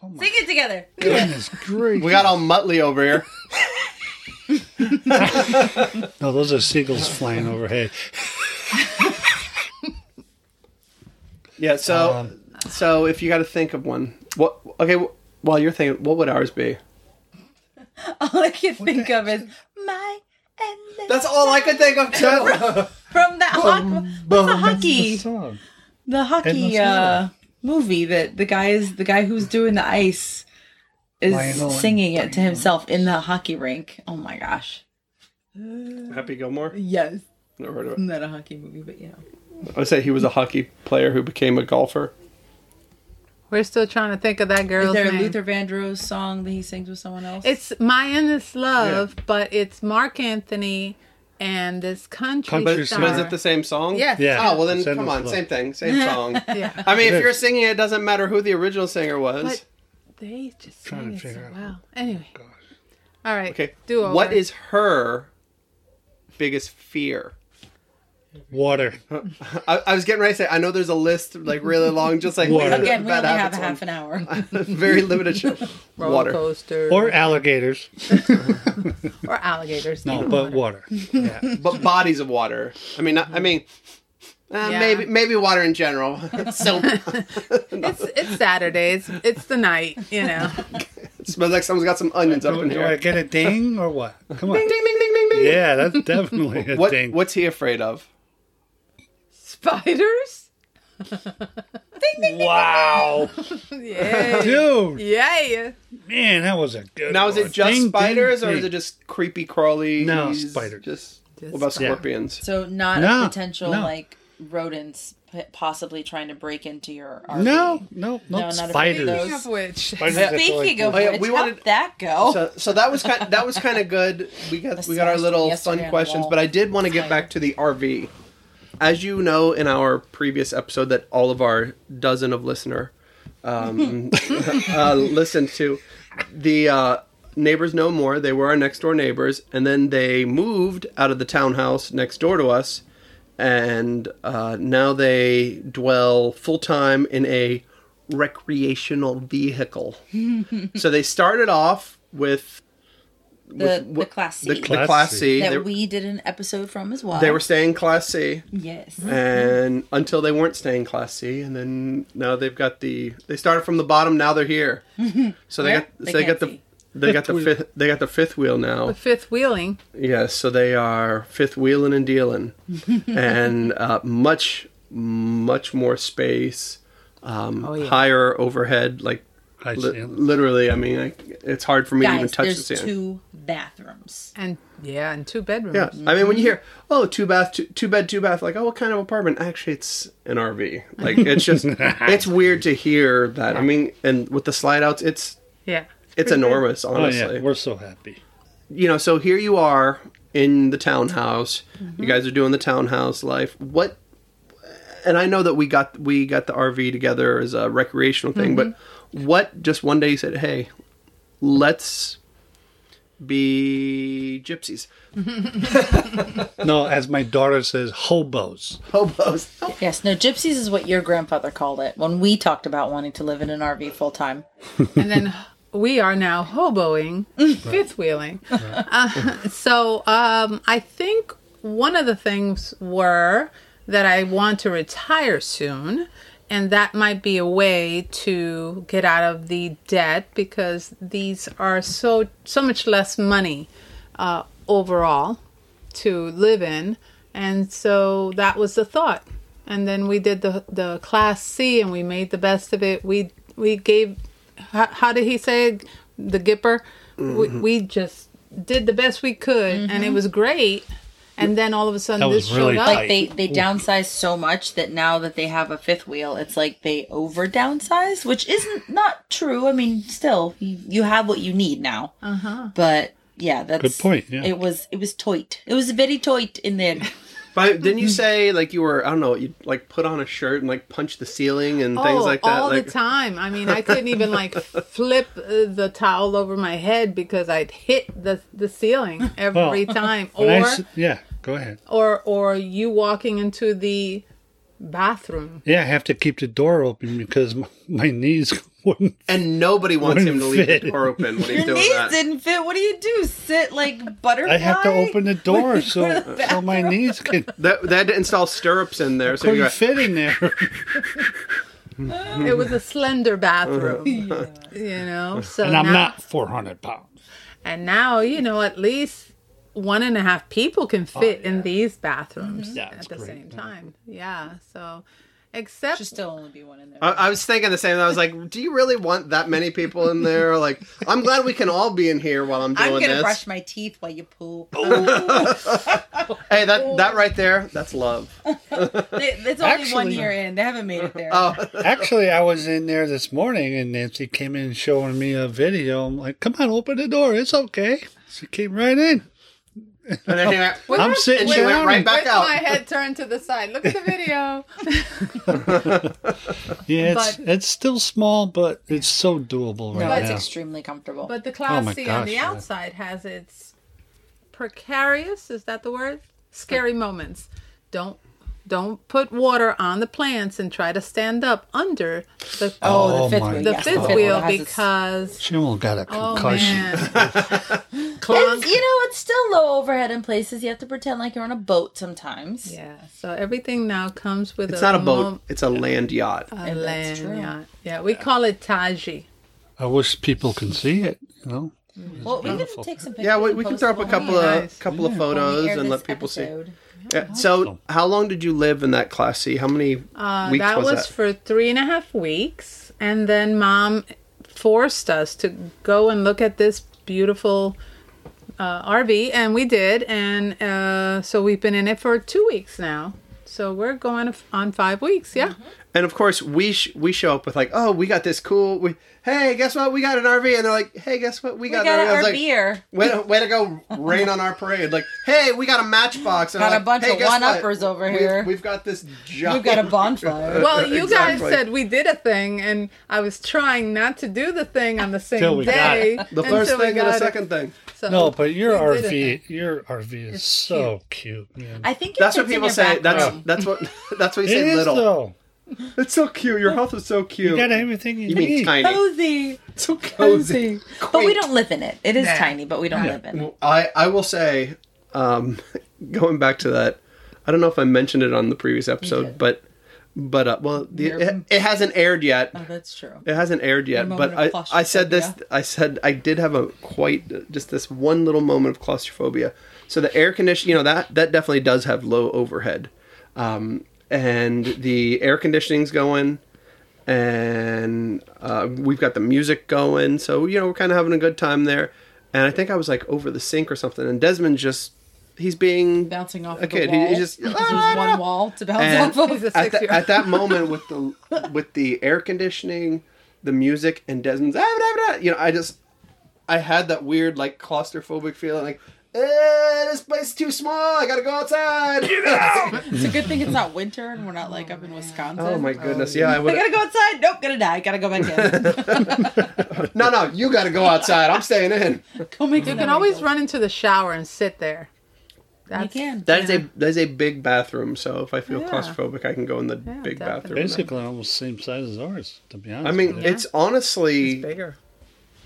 Speaker 1: Oh
Speaker 5: Sing it together. (laughs)
Speaker 3: goodness great.
Speaker 1: (laughs) We got all Muttley over here.
Speaker 3: No, those are
Speaker 1: (laughs)
Speaker 3: seagulls flying overhead.
Speaker 1: Yeah. So,
Speaker 5: Um,
Speaker 3: Um,
Speaker 1: so if you got to think of one, what? Okay. wh- While you're thinking, what would ours be?
Speaker 5: All I can think of is my and
Speaker 1: That's all I could think of too.
Speaker 5: from that hot, what's the hockey
Speaker 3: Song.
Speaker 5: the hockey
Speaker 3: Endless
Speaker 5: uh, movie that the guy is the guy who's doing the ice is
Speaker 3: Lionel and
Speaker 5: singing it to himself in the hockey rink. Oh my gosh.
Speaker 1: Happy Gilmore.
Speaker 5: Yes.
Speaker 1: Never heard of it.
Speaker 5: Not a hockey movie, but you know.
Speaker 1: I would say he was a hockey player who became a golfer.
Speaker 4: We're still trying to think of that
Speaker 5: Is
Speaker 4: girl's
Speaker 5: there a
Speaker 4: name.
Speaker 5: Luther Vandross song that he sings with someone else?
Speaker 4: It's My Endless Love, but it's Mark Anthony and this country,
Speaker 3: Country
Speaker 4: star.
Speaker 1: But is
Speaker 3: singer.
Speaker 1: it the same song?
Speaker 4: Yes.
Speaker 3: Yeah.
Speaker 1: Oh well, then
Speaker 3: Send
Speaker 1: come
Speaker 3: us
Speaker 1: on,
Speaker 3: love.
Speaker 1: same thing, same song.
Speaker 5: (laughs)
Speaker 1: (laughs)
Speaker 4: Yeah.
Speaker 1: I mean,
Speaker 3: It
Speaker 1: if you're
Speaker 3: is.
Speaker 1: singing, it doesn't matter who the original singer was.
Speaker 4: But- They just
Speaker 3: Trying
Speaker 4: sing
Speaker 3: to
Speaker 4: it so
Speaker 3: figure out.
Speaker 4: well. Anyway. All right.
Speaker 1: okay,
Speaker 4: Do over.
Speaker 1: what is her biggest fear?
Speaker 3: Water.
Speaker 1: I, I was getting ready to say. I know there's a list like really long, just like
Speaker 3: Water.
Speaker 5: Again, we
Speaker 1: Bad
Speaker 5: only have
Speaker 1: Habits (laughs)
Speaker 5: a
Speaker 1: um,
Speaker 5: half an hour.
Speaker 1: one. very limited
Speaker 5: (laughs)
Speaker 1: show.
Speaker 4: roller
Speaker 1: Water.
Speaker 4: coaster
Speaker 3: Or alligators.
Speaker 4: or alligators?
Speaker 3: No,
Speaker 4: even
Speaker 3: but
Speaker 4: water.
Speaker 3: water.
Speaker 1: (laughs)
Speaker 3: Yeah.
Speaker 1: but bodies of water. I mean, not- I mean, uh,
Speaker 4: Yeah.
Speaker 1: maybe maybe water in general. (laughs) Soap
Speaker 4: it's it's Saturdays. It's the night. You know.
Speaker 1: it smells like someone's got some onions up in
Speaker 3: Do I
Speaker 1: here.
Speaker 3: get a ding or what? Come on.
Speaker 1: Ding ding ding ding ding.
Speaker 3: Yeah, that's definitely a
Speaker 1: What
Speaker 3: ding.
Speaker 1: what's he afraid of?
Speaker 4: Spiders.
Speaker 3: Wow.
Speaker 4: Yeah.
Speaker 3: Dude,
Speaker 4: Yeah.
Speaker 3: man, that was a good
Speaker 1: Now is it
Speaker 3: one.
Speaker 1: just
Speaker 3: Ding, ding,
Speaker 1: spiders or is
Speaker 3: ding.
Speaker 1: it just creepy crawly?
Speaker 3: No, spiders.
Speaker 1: Just,
Speaker 4: Just
Speaker 1: what about
Speaker 3: spiders.
Speaker 1: scorpions?
Speaker 5: So not
Speaker 3: No,
Speaker 5: potential
Speaker 3: no.
Speaker 5: like rodents p- possibly trying to break into your RV.
Speaker 3: No, no, not
Speaker 5: No, not a-
Speaker 3: spiders.
Speaker 5: those-
Speaker 4: Speaking of which,
Speaker 3: Spiders are
Speaker 5: Speaking
Speaker 3: totally
Speaker 5: of
Speaker 1: Oh, yeah,
Speaker 5: which,
Speaker 1: we
Speaker 5: we
Speaker 1: wanted-
Speaker 5: how'd that go?
Speaker 1: So, so that was kind that was kind of good. We got we got our
Speaker 5: smash
Speaker 1: little
Speaker 5: yesterday on
Speaker 1: fun
Speaker 5: the
Speaker 1: questions,
Speaker 5: wall.
Speaker 1: but I did want to get back to the RV. As you know, in our previous episode, that all of our dozen of listener
Speaker 2: (laughs)
Speaker 1: um, (laughs) uh, listened to the uh, neighbors no more. They were our next door neighbors, and then they moved out of the townhouse next door to us, and uh, now they dwell full time in a recreational vehicle.
Speaker 2: (laughs)
Speaker 1: so they started off with
Speaker 2: the,
Speaker 1: with
Speaker 2: the
Speaker 1: what-
Speaker 2: class C
Speaker 1: the, the class, C.
Speaker 2: that
Speaker 1: They,
Speaker 2: we did an episode from as well.
Speaker 1: they were staying class C,
Speaker 2: yes.
Speaker 1: and until they weren't staying class C, and then now they've got the they started from the bottom. Now
Speaker 2: (laughs)
Speaker 1: they're here. So they
Speaker 2: Yeah,
Speaker 1: got
Speaker 2: they
Speaker 1: so they
Speaker 2: can't
Speaker 1: got the
Speaker 2: see.
Speaker 1: they got the fifth they got the fifth wheel now.
Speaker 4: The fifth wheeling.
Speaker 1: Yes, so they are fifth wheeling and
Speaker 2: (laughs)
Speaker 1: dealing, and uh, much, much more space, um,
Speaker 2: Oh,
Speaker 4: yeah.
Speaker 1: higher overhead. Like
Speaker 3: High
Speaker 1: li-
Speaker 3: ceiling.
Speaker 1: literally, I mean, I, it's hard for me to even
Speaker 2: Guys,
Speaker 1: touch the
Speaker 2: there's
Speaker 1: sand.
Speaker 2: two bathrooms.
Speaker 4: And yeah, and two bedrooms.
Speaker 1: yeah, I mean, when you hear oh two bath, two, two bed, two bath, like oh what kind of apartment? Actually, it's an RV. Like it's
Speaker 3: (laughs)
Speaker 1: just it's weird to hear that. I mean, and with the slide outs, it's
Speaker 4: Yeah.
Speaker 1: it's enormous.
Speaker 3: Oh
Speaker 1: Honestly,
Speaker 3: yeah, we're so happy.
Speaker 1: you know, so here you are in the townhouse. You guys are doing the townhouse life. What? And I know that we got we got the RV together as a recreational thing, but what? Just one day you said, "Hey, let's be gypsies, (laughs)
Speaker 3: No, as my daughter says, hobos.
Speaker 1: hobos."
Speaker 5: Yes, no, gypsies is what your grandfather called it when we talked about wanting to live in an RV full time.
Speaker 4: and then (laughs) we are now hoboing, (laughs) fifth wheeling. Uh, (laughs) so um, I think one of the things were that I want to retire soon, and that might be a way to get out of the debt because these are so so much less money uh, overall to live in, and so that was the thought. And then we did the the class C, and we made the best of it. We we gave how, how did he say it? the Gipper? We,
Speaker 3: Mm-hmm.
Speaker 4: we just did the best we could, and it was great. And then all of a sudden,
Speaker 3: That was
Speaker 4: this
Speaker 3: really
Speaker 4: showed up.
Speaker 3: tight.
Speaker 5: Like they they downsized so much that now that they have a fifth wheel, it's like they over downsized, which isn't not true. I mean, still you, you have what you need now. Uh
Speaker 2: Uh-huh.
Speaker 5: huh. But yeah, that's
Speaker 3: Good point, yeah.
Speaker 5: It was it was toit. It was very toit in
Speaker 3: (laughs)
Speaker 5: there. (laughs)
Speaker 1: But didn't you say like you were I don't know you like put on a shirt and like punch the ceiling and
Speaker 5: Oh,
Speaker 1: things like that?
Speaker 4: Oh, all
Speaker 1: like,
Speaker 4: the time. I mean, I couldn't even
Speaker 3: (laughs)
Speaker 4: like flip uh, the towel over my head because I'd hit the the ceiling every
Speaker 3: Well,
Speaker 4: time.
Speaker 3: When
Speaker 4: Or
Speaker 3: I s- yeah, go ahead.
Speaker 4: or or you walking into the bathroom.
Speaker 3: Yeah, I have to keep the door open because my, my knees (laughs) wouldn't.
Speaker 1: And nobody wants him to leave
Speaker 3: Wouldn't
Speaker 1: the
Speaker 3: fit.
Speaker 1: door open when he's
Speaker 5: Your
Speaker 1: doing
Speaker 5: knees
Speaker 1: that.
Speaker 5: didn't fit. What do you do? Sit
Speaker 3: (laughs)
Speaker 5: like butterfly?
Speaker 3: I have to open the door so (laughs) so my knees can
Speaker 1: that. They had to install stirrups in there, so you got
Speaker 3: couldn't fit in (laughs) there.
Speaker 4: It was a
Speaker 3: (laughs)
Speaker 4: slender bathroom, (laughs) you know. So
Speaker 3: And I'm
Speaker 4: now-
Speaker 3: not 400 (laughs) pounds.
Speaker 4: And now, you know, at least one and a half people can
Speaker 3: Oh,
Speaker 4: fit in these bathrooms
Speaker 3: Yeah,
Speaker 4: at
Speaker 3: it's
Speaker 4: the
Speaker 3: Mm-hmm. great.
Speaker 4: same time. Yeah. So, except
Speaker 5: Should still only be one in there.
Speaker 1: I, I was thinking the same. I was like, "Do you really want that many people in there?" Like, I'm glad we can all be in here while I'm
Speaker 5: I'm
Speaker 1: doing
Speaker 5: gonna
Speaker 1: this.
Speaker 5: brush my teeth while you
Speaker 3: Oh.
Speaker 5: poop. Oh.
Speaker 1: Hey, that that right there, that's love.
Speaker 5: They- it's only one
Speaker 3: Actually-
Speaker 5: year in. They haven't made it there.
Speaker 1: Oh,
Speaker 3: Actually, I was in there this morning and Nancy came in showing me a video. I'm like, come on, open the door. It's okay. She came right in.
Speaker 1: And then here-
Speaker 3: I'm sitting
Speaker 1: And she went
Speaker 3: down.
Speaker 1: right back
Speaker 4: with
Speaker 1: out.
Speaker 4: my head turned to the side, look at the
Speaker 3: (laughs)
Speaker 4: video.
Speaker 3: Yeah, it's,
Speaker 4: But-
Speaker 3: it's still small, but it's so doable
Speaker 5: no,
Speaker 3: right
Speaker 5: it's
Speaker 3: now.
Speaker 5: extremely comfortable.
Speaker 4: But the Class
Speaker 3: my
Speaker 4: C on
Speaker 3: gosh,
Speaker 4: the
Speaker 3: yeah.
Speaker 4: outside has its precarious, is that the word? Scary moments. Don't don't put water on the plants and try to stand up under the
Speaker 5: oh,
Speaker 3: Oh
Speaker 5: the fifth
Speaker 3: my
Speaker 5: wheel.
Speaker 4: the
Speaker 5: yes,
Speaker 4: fifth
Speaker 5: fifth
Speaker 4: wheel
Speaker 5: has its-
Speaker 4: because
Speaker 3: Jim got a
Speaker 4: Oh
Speaker 3: concussion.
Speaker 4: man.
Speaker 5: It's,
Speaker 4: Clunk.
Speaker 5: you know, it's still low overhead in places. You have to pretend like you're on a boat sometimes.
Speaker 4: Yeah. So everything now comes with
Speaker 1: It's
Speaker 4: a
Speaker 1: not a boat;
Speaker 4: mom-
Speaker 1: it's a land yacht.
Speaker 4: a
Speaker 5: Yeah, that's true.
Speaker 4: lanyard. Yeah, we call it taji.
Speaker 3: I wish people can see it, you know?
Speaker 5: Well, we can take some pictures.
Speaker 1: Yeah, we,
Speaker 5: and
Speaker 1: we can
Speaker 5: post
Speaker 1: throw up
Speaker 5: them
Speaker 1: a
Speaker 5: when
Speaker 1: couple
Speaker 5: we-
Speaker 1: of
Speaker 4: Nice.
Speaker 1: couple of
Speaker 5: when we
Speaker 1: photos
Speaker 5: air
Speaker 1: and
Speaker 5: this
Speaker 1: let people
Speaker 5: episode.
Speaker 1: see. Yeah,
Speaker 3: Oh.
Speaker 1: so, how long did you live in that class C? How many
Speaker 4: Uh,
Speaker 1: weeks
Speaker 4: that
Speaker 1: was,
Speaker 4: was,
Speaker 1: that?
Speaker 4: for three and a half weeks, and then mom forced us to go and look at this beautiful uh, RV, and we did, and uh, so we've been in it for two weeks now. So we're going on five weeks, yeah.
Speaker 3: Mm-hmm.
Speaker 1: and of course, we sh- we show up with like, "Oh, we got this cool. We, hey, guess what? We got an RV." And they're like, "Hey, guess what? We
Speaker 5: We
Speaker 1: got,
Speaker 5: got
Speaker 1: an RV." I was
Speaker 5: our
Speaker 1: like,
Speaker 5: beer.
Speaker 1: Way to, way to go rain on our parade. Like, hey, we got a matchbox. And
Speaker 5: Got
Speaker 1: I'm
Speaker 5: a
Speaker 1: like,
Speaker 5: bunch
Speaker 1: "Hey,
Speaker 5: of
Speaker 1: guess what?
Speaker 5: one-uppers over
Speaker 1: We've-
Speaker 5: here."
Speaker 1: We've, got this giant.
Speaker 5: We've
Speaker 1: (laughs)
Speaker 5: got a bonfire.
Speaker 4: Well, you
Speaker 1: uh, Exactly.
Speaker 4: guys said we did a thing, and I was trying not to do the thing on the
Speaker 3: Till
Speaker 4: same
Speaker 3: we got
Speaker 4: day.
Speaker 1: The first
Speaker 4: until we
Speaker 1: thing and the
Speaker 4: got it.
Speaker 1: second
Speaker 5: (laughs)
Speaker 1: thing.
Speaker 4: So-
Speaker 3: No, but your
Speaker 4: We did it.
Speaker 3: RV, your RV is so cute. man.
Speaker 5: I think it
Speaker 1: That's what
Speaker 5: fits in
Speaker 1: people
Speaker 5: your
Speaker 1: say.
Speaker 5: back
Speaker 1: That's
Speaker 5: room.
Speaker 1: that's what (laughs) that's what you
Speaker 3: It
Speaker 1: say.
Speaker 3: is
Speaker 1: Little.
Speaker 3: though.
Speaker 1: It's so cute. Your house is so cute.
Speaker 3: You got everything you,
Speaker 1: You mean
Speaker 3: need.
Speaker 1: tiny?
Speaker 5: Cozy.
Speaker 1: It's so cozy.
Speaker 5: But we
Speaker 1: Quaint.
Speaker 5: don't live in it. It is
Speaker 2: Nah.
Speaker 5: tiny, but we don't live in it.
Speaker 1: Well, I, I will say, um, (laughs) going back to that, I don't know if I mentioned it on the previous episode, but but uh, well, the, it, it hasn't aired yet.
Speaker 5: Oh, that's true.
Speaker 1: It hasn't aired yet, but
Speaker 5: moment of
Speaker 1: I, I
Speaker 5: claustrophobia.
Speaker 1: said this. I said I did have a quite just this one little moment of claustrophobia. So the air condition, you know that that definitely does have low overhead, um, and the air conditioning's going, and uh, we've got the music going. So you know we're kind of having a good time there. And I think I was like over the sink or something, and Desmond just he's being
Speaker 2: Bouncing off
Speaker 1: a
Speaker 2: of the
Speaker 1: kid.
Speaker 2: wall.
Speaker 1: He,
Speaker 2: (laughs)
Speaker 1: he just "Ah,
Speaker 2: There's one wall to bounce
Speaker 1: and
Speaker 2: off of.
Speaker 4: He's a
Speaker 1: at, the,
Speaker 4: six-year-old.
Speaker 1: at
Speaker 4: (laughs)
Speaker 1: that moment with the with the air conditioning, the music, and Desmond's ah, blah, blah," you know, I just I had that weird like claustrophobic feeling like eh, this place is too small. I gotta go outside.
Speaker 5: It's a good thing it's not winter and we're not like up in Wisconsin.
Speaker 1: (laughs) oh my goodness, yeah, I
Speaker 5: I
Speaker 1: would.
Speaker 4: (laughs)
Speaker 5: gotta go outside. Nope, gonna die. Gotta go back
Speaker 1: (laughs)
Speaker 5: in.
Speaker 1: No, no, you gotta go outside. I'm staying in.
Speaker 5: go make
Speaker 3: Oh,
Speaker 4: You can always run into the shower and sit there.
Speaker 5: You
Speaker 4: That's,
Speaker 5: can.
Speaker 1: That is a that is a big bathroom, so if I feel
Speaker 4: Yeah.
Speaker 1: claustrophobic, I can go in the
Speaker 4: Yeah,
Speaker 1: big
Speaker 4: definitely.
Speaker 1: bathroom.
Speaker 3: Basically, almost same size as ours. To be honest,
Speaker 1: I mean,
Speaker 3: with
Speaker 1: it's honestly
Speaker 2: It's bigger.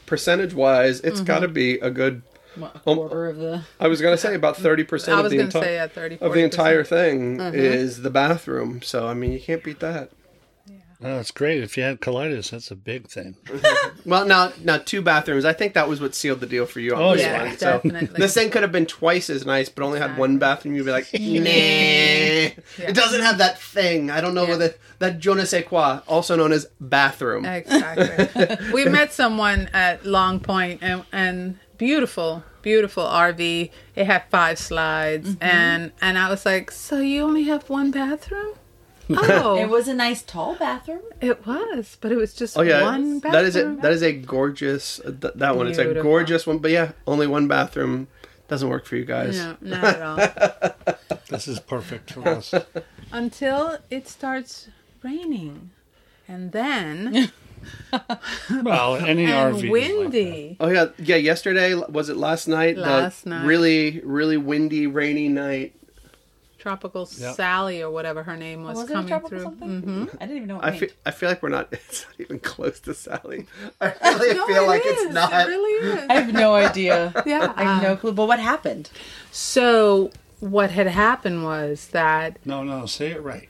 Speaker 1: percentage wise, it's got
Speaker 4: Mm-hmm.
Speaker 1: to be a good.
Speaker 2: What, a
Speaker 1: Um,
Speaker 2: quarter of the.
Speaker 1: I was gonna say about thirty percent
Speaker 4: I
Speaker 1: of
Speaker 4: was
Speaker 1: the
Speaker 4: going to
Speaker 1: entire.
Speaker 4: say at 30
Speaker 1: of the
Speaker 4: 40%.
Speaker 1: entire thing
Speaker 4: Mm-hmm.
Speaker 1: is the bathroom. So I mean, you can't beat that.
Speaker 3: you. oh, it's great. If you had colitis, that's a big thing.
Speaker 1: Well, now now two bathrooms. I think that was what sealed the deal for you on
Speaker 3: Oh,
Speaker 1: this
Speaker 3: yeah,
Speaker 1: one. So
Speaker 4: definitely.
Speaker 1: this thing could have been twice as nice, but only had one bathroom. You'd be
Speaker 4: (laughs)
Speaker 1: like, nah, it doesn't have that thing. I don't know whether that je ne sais quoi, also known as bathroom. (laughs)
Speaker 4: Exactly. we met someone at Long Point and, and beautiful, beautiful RV. It had five slides
Speaker 1: Mm-hmm.
Speaker 4: and and I was like, "So you only have one
Speaker 1: (laughs)
Speaker 4: bathroom?" Oh,
Speaker 5: It was a nice tall bathroom.
Speaker 4: it was, but it was just
Speaker 1: Oh yeah,
Speaker 4: one bathroom.
Speaker 1: that is a that is a gorgeous th- that one. It's a
Speaker 4: Beautiful.
Speaker 1: gorgeous one, but yeah, only one bathroom doesn't work for you guys.
Speaker 4: No, not at
Speaker 1: (laughs)
Speaker 4: all.
Speaker 3: This is perfect for us.
Speaker 4: Until it starts raining. And
Speaker 1: (laughs)
Speaker 4: then
Speaker 3: Well, any
Speaker 4: and
Speaker 3: RV.
Speaker 4: windy.
Speaker 1: Oh yeah, yeah. Yesterday was it last night? The
Speaker 4: Last night.
Speaker 1: Really, really windy, rainy night.
Speaker 4: Tropical
Speaker 3: Yep.
Speaker 4: Sally or whatever her name was,
Speaker 5: Was it a
Speaker 4: coming
Speaker 5: tropical
Speaker 4: through. Mm.
Speaker 5: something? I didn't even know. What
Speaker 1: I
Speaker 5: it
Speaker 1: feel,
Speaker 5: meant.
Speaker 1: I feel like we're not. (laughs) It's not even close to Sally. I really
Speaker 4: No,
Speaker 1: feel
Speaker 4: it
Speaker 1: like
Speaker 4: is.
Speaker 1: it's not.
Speaker 4: It really is.
Speaker 5: I have no idea.
Speaker 1: (laughs)
Speaker 4: yeah,
Speaker 5: I have no clue. But what happened?
Speaker 4: So what had happened was that
Speaker 3: No, no, say it right.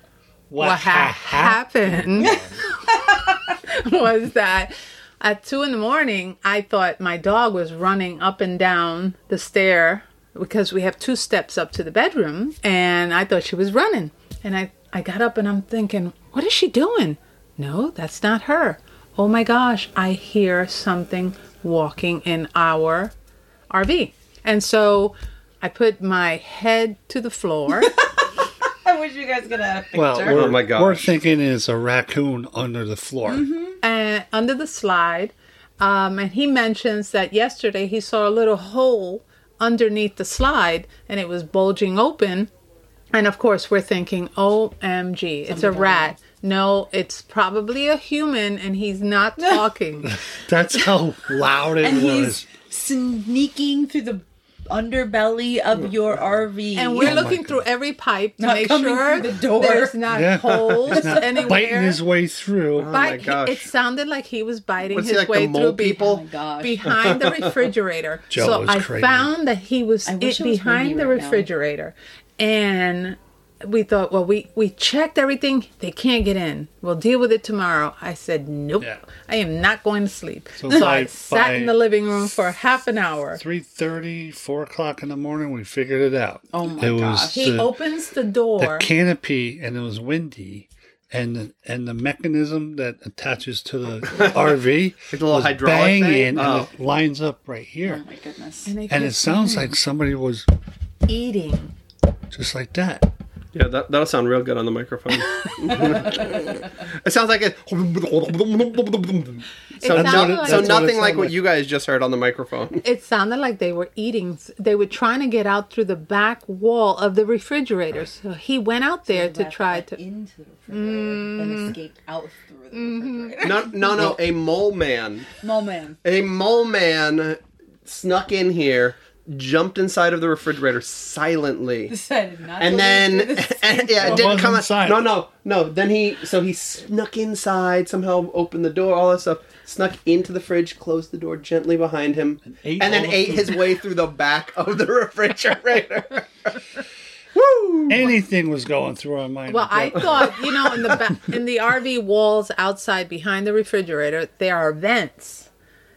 Speaker 4: what, ha- happened (laughs) was that at two in the morning, I thought my dog was running up and down the stair because we have two steps up to the bedroom, and I thought she was running. And I, I got up and I'm thinking, what is she doing? No, that's not her. Oh my gosh, I hear something walking in our RV. And so I put my head to the floor. (laughs)
Speaker 5: I wish you guys could have.
Speaker 3: Well,
Speaker 5: Well,
Speaker 3: we're,
Speaker 1: Oh my
Speaker 3: we're
Speaker 1: gosh.
Speaker 3: thinking it's a raccoon under the floor.
Speaker 4: and under the slide. Um, and he mentions that yesterday he saw a little hole underneath the slide and it was bulging open. And of course, we're thinking, OMG, it's a rat. No, it's probably a human and he's
Speaker 5: (laughs)
Speaker 4: not talking.
Speaker 3: That's how loud it
Speaker 5: and
Speaker 3: was.
Speaker 5: he's sneaking through the underbelly of your RV.
Speaker 4: and we're looking through every pipe to
Speaker 5: Not
Speaker 4: make
Speaker 5: coming
Speaker 4: sure
Speaker 5: through the door.
Speaker 4: there's not
Speaker 3: Yeah.
Speaker 4: holes
Speaker 3: He's not
Speaker 4: anywhere. Uh.
Speaker 3: biting his way through.
Speaker 1: Oh my
Speaker 4: Bite-
Speaker 1: gosh.
Speaker 4: It sounded like he was biting
Speaker 1: Was he
Speaker 4: his
Speaker 1: like the
Speaker 4: way
Speaker 1: mole
Speaker 4: through be-
Speaker 1: people? Oh my
Speaker 5: gosh.
Speaker 1: (laughs)
Speaker 4: behind the refrigerator.
Speaker 3: Joe
Speaker 4: so
Speaker 3: is
Speaker 4: I
Speaker 3: crazy.
Speaker 4: found that he was,
Speaker 5: I
Speaker 4: it
Speaker 5: wish it was
Speaker 4: behind
Speaker 5: windy
Speaker 4: the
Speaker 5: right now.
Speaker 4: refrigerator. And we thought, well, we, we checked everything. They can't get in. We'll deal with it tomorrow. I said, nope.
Speaker 3: Yeah.
Speaker 4: I am not going to sleep.
Speaker 3: So
Speaker 4: So,
Speaker 3: by-
Speaker 4: I sat
Speaker 3: by-
Speaker 4: in the living room for half an hour.
Speaker 3: 3.30, 4 o'clock in the morning, we figured it out.
Speaker 5: Oh my
Speaker 3: it was
Speaker 5: gosh.
Speaker 4: He
Speaker 3: the-
Speaker 4: opens the
Speaker 3: the
Speaker 4: door.
Speaker 3: canopy and it was windy and the, and the mechanism that attaches to the
Speaker 1: Like
Speaker 3: RV
Speaker 1: the little
Speaker 3: was
Speaker 1: hydraulic
Speaker 3: banging
Speaker 1: thing?
Speaker 3: and
Speaker 1: Oh.
Speaker 3: it lines up right here
Speaker 5: oh my goodness.
Speaker 4: and, they
Speaker 3: and it
Speaker 4: kept
Speaker 3: sounds like somebody was
Speaker 4: eating.
Speaker 3: just like that
Speaker 1: Yeah, that that'll sound real good on the
Speaker 4: (laughs)
Speaker 1: microphone. it sounds like it. So,
Speaker 4: sounded
Speaker 1: no-
Speaker 4: like-
Speaker 1: so
Speaker 4: That's
Speaker 3: what
Speaker 1: nothing
Speaker 3: it
Speaker 1: like
Speaker 3: sounded
Speaker 1: what
Speaker 3: like.
Speaker 1: you guys just heard on the
Speaker 4: (laughs)
Speaker 1: microphone.
Speaker 4: It sounded like they were eating. They were trying to get out through the back wall of the refrigerator. So he went out there to
Speaker 5: Rat
Speaker 4: try
Speaker 5: went
Speaker 4: to.
Speaker 5: into the refrigerator and escaped out through the refrigerator.
Speaker 1: No, no, no. A mole man.
Speaker 5: Mole man. (laughs)
Speaker 1: A mole man snuck in here, jumped inside of the refrigerator silently.
Speaker 2: Decided not to
Speaker 1: And then,
Speaker 2: leave through the-
Speaker 1: (laughs) and- yeah,
Speaker 3: It
Speaker 1: it didn't come
Speaker 3: wasn't
Speaker 1: out.
Speaker 3: silent.
Speaker 1: No, no, no. Then he, so he snuck inside, somehow opened the door, all that stuff, snuck into the fridge, closed the door gently behind him, and,
Speaker 3: ate all
Speaker 1: then
Speaker 3: the
Speaker 1: ate
Speaker 3: food.
Speaker 1: his way through the back of the (laughs) refrigerator. Woo!
Speaker 3: Anything was going through our mind.
Speaker 4: Well, I thought you know in the
Speaker 5: (laughs)
Speaker 4: ba- in the RV walls outside behind the refrigerator there are vents.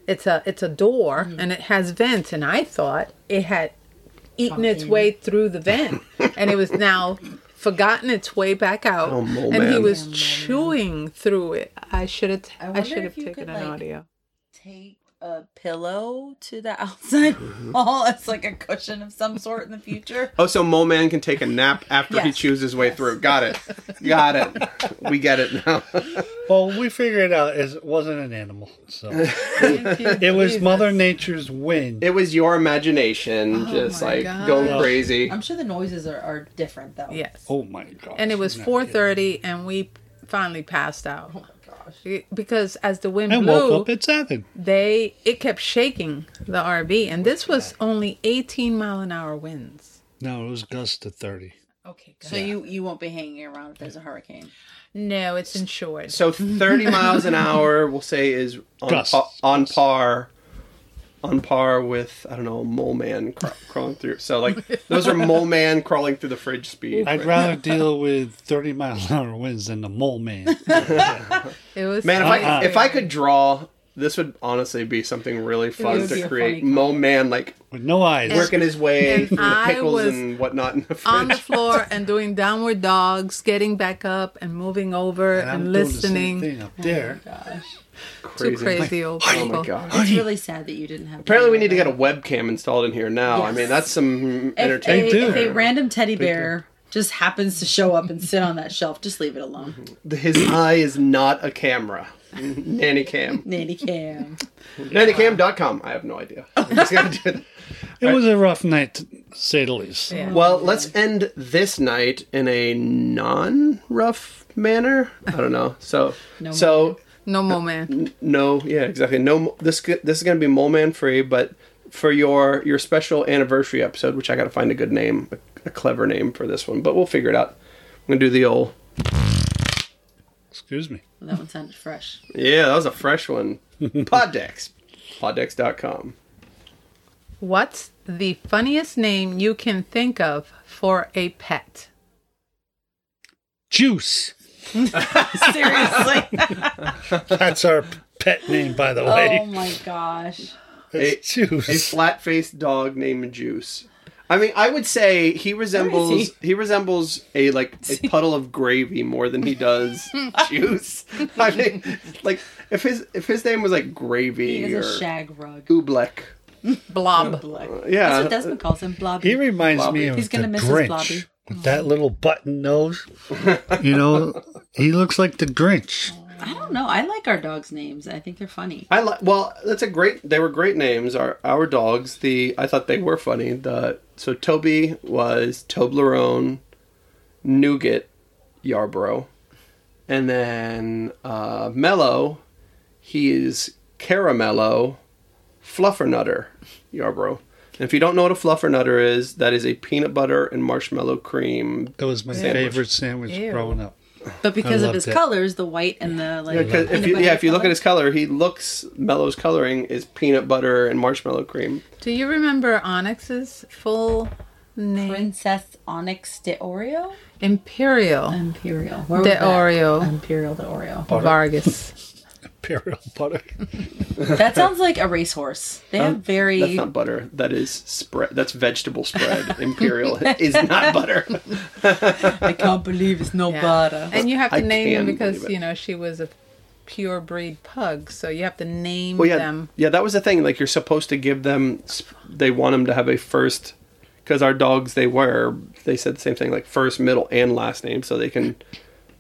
Speaker 4: It's a it's a door
Speaker 5: Mm-hmm.
Speaker 4: and it has vents, and I thought it had eaten its way through the vent, and it was now forgotten its way back out,
Speaker 1: Oh, mole
Speaker 4: and he
Speaker 1: man.
Speaker 4: was chewing through it. I should have
Speaker 5: I
Speaker 4: I,
Speaker 5: wonder
Speaker 4: should
Speaker 5: if
Speaker 4: have
Speaker 5: you
Speaker 4: taken
Speaker 5: could,
Speaker 4: an
Speaker 5: like- (laughs)
Speaker 4: audio.
Speaker 5: Take a pillow to the (laughs) outside
Speaker 1: Mm-hmm.
Speaker 5: wall as like a cushion of some sort in the future.
Speaker 1: Oh, so Mole Man can take a nap after he
Speaker 5: Yes.
Speaker 1: chews his way through. Got it. Got it. We get it now. (laughs)
Speaker 3: well, we figured it out is it wasn't an animal, so it was Mother Nature's wind.
Speaker 1: It was your imagination just
Speaker 4: my
Speaker 1: like
Speaker 4: God.
Speaker 1: going crazy.
Speaker 5: (laughs) I'm sure the noises are, are different though.
Speaker 4: Yes,
Speaker 3: oh my god!
Speaker 4: and it was
Speaker 3: Not
Speaker 4: four
Speaker 3: good.
Speaker 4: thirty, and we finally passed out. Oh my gosh! Because as the wind
Speaker 3: I
Speaker 4: blew,
Speaker 3: woke up at seven.
Speaker 4: they it kept shaking the RV, and this was only 18 mile an hour winds.
Speaker 3: No, it was gust to thirty.
Speaker 5: Okay, So you you won't be hanging around if there's a hurricane.
Speaker 4: No, it's insured.
Speaker 1: So 30 miles an hour, we'll say, is on,
Speaker 3: Plus.
Speaker 1: pa- on par. On par with I don't know mole man cr- crawling through. So like those are mole man crawling through the fridge speed.
Speaker 3: I'd rather deal with thirty mile an hour winds than the mole man.
Speaker 4: it was
Speaker 1: man, if
Speaker 3: Uh-uh.
Speaker 1: I if I could draw, this would honestly be something really fun
Speaker 2: would be
Speaker 1: to
Speaker 2: a
Speaker 1: create.
Speaker 2: funny
Speaker 1: Mole man like
Speaker 3: with no eyes.
Speaker 1: working his way
Speaker 4: and
Speaker 1: through the
Speaker 4: I
Speaker 1: pickles
Speaker 4: was
Speaker 1: and whatnot in the fridge.
Speaker 4: on the floor and doing downward dogs, getting back up and moving over and,
Speaker 3: I'm doing the same
Speaker 4: listening
Speaker 3: thing up there.
Speaker 4: to crazy old
Speaker 1: Oh
Speaker 4: people.
Speaker 1: my god.
Speaker 5: It's really sad that you didn't have.
Speaker 1: Apparently, we need to get a webcam installed in here now. I
Speaker 5: Yes.
Speaker 1: mean, that's some
Speaker 5: If a,
Speaker 1: entertainment.
Speaker 3: They do.
Speaker 5: if a random teddy bear just happens to show up and sit
Speaker 1: (laughs)
Speaker 5: on that shelf, just leave it alone.
Speaker 1: His eye is not a camera. Nanny cam.
Speaker 5: Nanny cam.
Speaker 1: Nannycam.com. I have no idea. (laughs) I'm just gonna do that.
Speaker 3: It was a rough night, to say the least.
Speaker 4: Yeah.
Speaker 1: Well, let's end this night in a non rough manner. I don't know. So, so
Speaker 4: No more man.
Speaker 1: no, yeah, exactly. No, this g- this is gonna be mole man free, but for your your special anniversary episode, which I gotta find a good name, a, a clever name for this one, but we'll figure it out. I'm gonna do the old.
Speaker 3: Excuse me.
Speaker 5: That one
Speaker 1: (laughs)
Speaker 5: sounded fresh.
Speaker 1: Yeah, that was a fresh one. Poddex. Poddex.com.
Speaker 4: What's the funniest name you can think of for a pet?
Speaker 3: Juice.
Speaker 5: Seriously.
Speaker 3: (laughs) That's our pet name, by the
Speaker 5: oh
Speaker 3: way.
Speaker 5: my gosh.
Speaker 3: It's
Speaker 1: A
Speaker 3: Juice.
Speaker 1: flat faced dog named Juice. I mean, I would say he resembles he? resembles a like
Speaker 5: (laughs)
Speaker 1: a puddle of gravy more than he does juice. I mean, like if his if his name was like gravy
Speaker 5: He is
Speaker 1: or
Speaker 5: a shag rug.
Speaker 1: Oobleck,
Speaker 4: Blob.
Speaker 5: Like, That's
Speaker 1: yeah,
Speaker 5: what Desmond calls him. Blobby.
Speaker 3: He reminds me of
Speaker 5: He's
Speaker 3: the
Speaker 5: gonna miss his Blobby.
Speaker 3: Grinch with that little button nose. you know, he looks like the Grinch.
Speaker 5: I don't know. I like our dogs' names. I think they're funny.
Speaker 1: I like. Well, that's a great. They were great names. Our our dogs. The I thought they were funny. The so Toby was Toblerone, Nougat, Yarborough, and then uh, Mellow. He is Caramello, Fluffernutter, Yarborough. And if you don't know what a Fluffernutter is, that is a peanut butter and marshmallow cream.
Speaker 3: That was my favorite sandwich
Speaker 4: Ew.
Speaker 3: growing up. (laughs)
Speaker 5: But because of
Speaker 3: loved
Speaker 5: his
Speaker 3: it.
Speaker 5: colors, the white and the like.
Speaker 1: Yeah, 'cause if
Speaker 5: peanut
Speaker 1: you,
Speaker 5: butter
Speaker 1: yeah, if you look
Speaker 5: color.
Speaker 1: at his color, he looks Mellow's coloring is peanut butter and marshmallow cream.
Speaker 4: Do you remember Onyx's full name?
Speaker 5: Princess Onyx de Oreo?
Speaker 4: Imperial
Speaker 5: Imperial. Where was
Speaker 4: de
Speaker 5: that?
Speaker 4: Oreo
Speaker 5: Imperial de Oreo.
Speaker 4: Vargas.
Speaker 1: (laughs)
Speaker 3: Imperial butter.
Speaker 5: That sounds like a racehorse. They have
Speaker 1: That's
Speaker 5: very.
Speaker 1: not butter. That is spread. That's vegetable spread. (laughs) Imperial is
Speaker 4: (laughs)
Speaker 1: not butter.
Speaker 5: I can't believe it's no
Speaker 4: Yeah.
Speaker 5: butter.
Speaker 4: And you have to
Speaker 1: I
Speaker 4: name
Speaker 1: can
Speaker 4: them because
Speaker 1: believe it.
Speaker 4: you know she was a pure breed pug, so you have to name
Speaker 1: Well, yeah,
Speaker 4: them.
Speaker 1: yeah. That was the thing. Like you're supposed to give them. sp- They want them to have a first, because our dogs they were. They said the same thing. Like first, middle, and last name, so they can,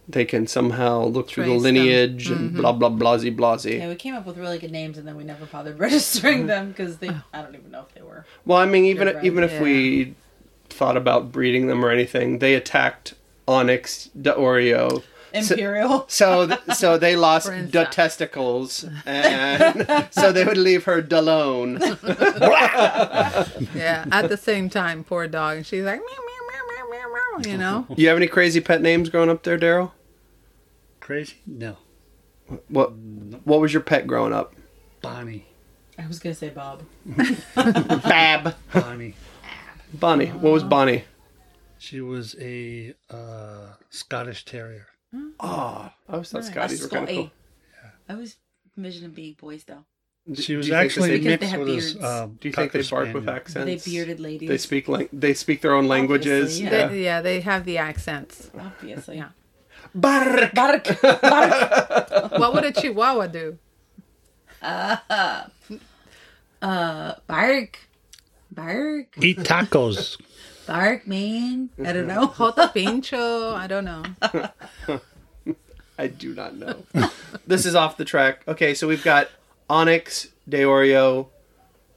Speaker 1: they can somehow look through the
Speaker 4: Trace them. Mm-hmm.
Speaker 1: lineage and blah blah blazy blazy.
Speaker 5: Yeah, we came up with really good names and then we never bothered (laughs)
Speaker 1: Mm.
Speaker 5: registering them because they. I don't even know if they were.
Speaker 1: Well, I mean, even
Speaker 5: You're right,
Speaker 1: even if
Speaker 4: yeah.
Speaker 1: we thought about breeding them or anything, they attacked Onyx de Oreo.
Speaker 5: Imperial.
Speaker 1: So, th- so they lost
Speaker 4: Princess.
Speaker 1: the testicles, and (laughs) so they would leave her alone.
Speaker 4: Yeah, at the same time, poor dog. And she's like, meow, meow, meow, meow, meow, meow, you know?
Speaker 1: You have any crazy pet names growing up there, Daryl?
Speaker 3: Crazy? No.
Speaker 1: What What was your pet growing up?
Speaker 3: Bonnie.
Speaker 5: (laughs) I was gonna say Bob.
Speaker 1: Fab.
Speaker 3: Bonnie.
Speaker 1: Bonnie. What was Bonnie?
Speaker 3: she was a uh, Scottish Terrier.
Speaker 1: Oh, I always thought Scotties were kind of cool.
Speaker 5: Scotty. I was envisioning being boys though.
Speaker 1: D-
Speaker 3: She was
Speaker 1: do you think
Speaker 3: actually
Speaker 1: They,
Speaker 5: Because they
Speaker 3: mixed
Speaker 5: have
Speaker 3: with
Speaker 5: beards.
Speaker 3: his. Um,
Speaker 1: do you think
Speaker 3: Cocker
Speaker 1: they bark with
Speaker 3: Spaniel.
Speaker 5: Are
Speaker 1: accents?
Speaker 5: they bearded ladies?
Speaker 1: They speak like they speak their own languages.
Speaker 5: Obviously,
Speaker 4: They-
Speaker 1: (laughs) Yeah.
Speaker 4: yeah, they have the accents.
Speaker 5: Obviously.
Speaker 4: Yeah.
Speaker 1: Bark.
Speaker 5: Bark, bark.
Speaker 4: What would a chihuahua do?
Speaker 5: Bark. Bark.
Speaker 3: Eat (laughs) tacos.
Speaker 5: Bark, man. I don't know.
Speaker 4: (laughs) Jota pincho? I don't know.
Speaker 1: I do not know. (laughs) this is off the track. Okay, so we've got Onyx, Deorio,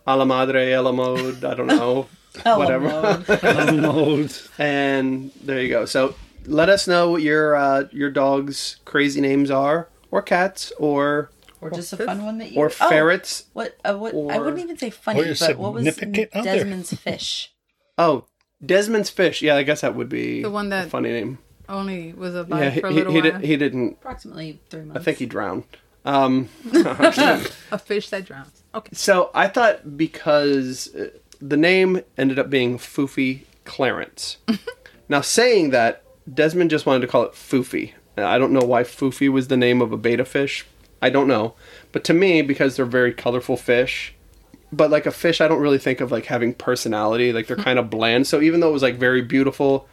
Speaker 1: A la Madre, A la Mode, I don't know,
Speaker 4: (laughs)
Speaker 5: Oh,
Speaker 1: whatever.
Speaker 3: Unload.
Speaker 1: and there you go. So let us know what your uh, your dog's crazy names are, or cats, or
Speaker 5: Or just
Speaker 1: (laughs)
Speaker 5: a fun one that you.
Speaker 1: or
Speaker 5: Oh,
Speaker 1: ferrets.
Speaker 5: What? Uh, what? I
Speaker 1: Or-
Speaker 5: wouldn't even say
Speaker 3: or
Speaker 5: funny,
Speaker 3: your
Speaker 5: but what was
Speaker 3: significant other.
Speaker 5: Desmond's fish?
Speaker 1: Oh, Desmond's fish. Yeah, I guess that would be
Speaker 4: The one that-
Speaker 1: a funny name.
Speaker 4: Only was a bug
Speaker 1: Yeah,
Speaker 4: for a
Speaker 1: he,
Speaker 4: little
Speaker 1: he,
Speaker 4: while.
Speaker 1: did, he didn't.
Speaker 5: Approximately three months.
Speaker 1: I think he drowned. Um,
Speaker 4: a fish that drowns. Oh, Okay.
Speaker 1: So I thought because uh, the name ended up being Foofy Clarence. now saying that, Desmond just wanted to call it Foofy. Uh, I don't know why Foofy was the name of a beta fish. I don't know. But to me, because they're very colorful fish, but like a fish, I don't really think of like having personality. Like they're kind of bland. So even though it was like very beautiful,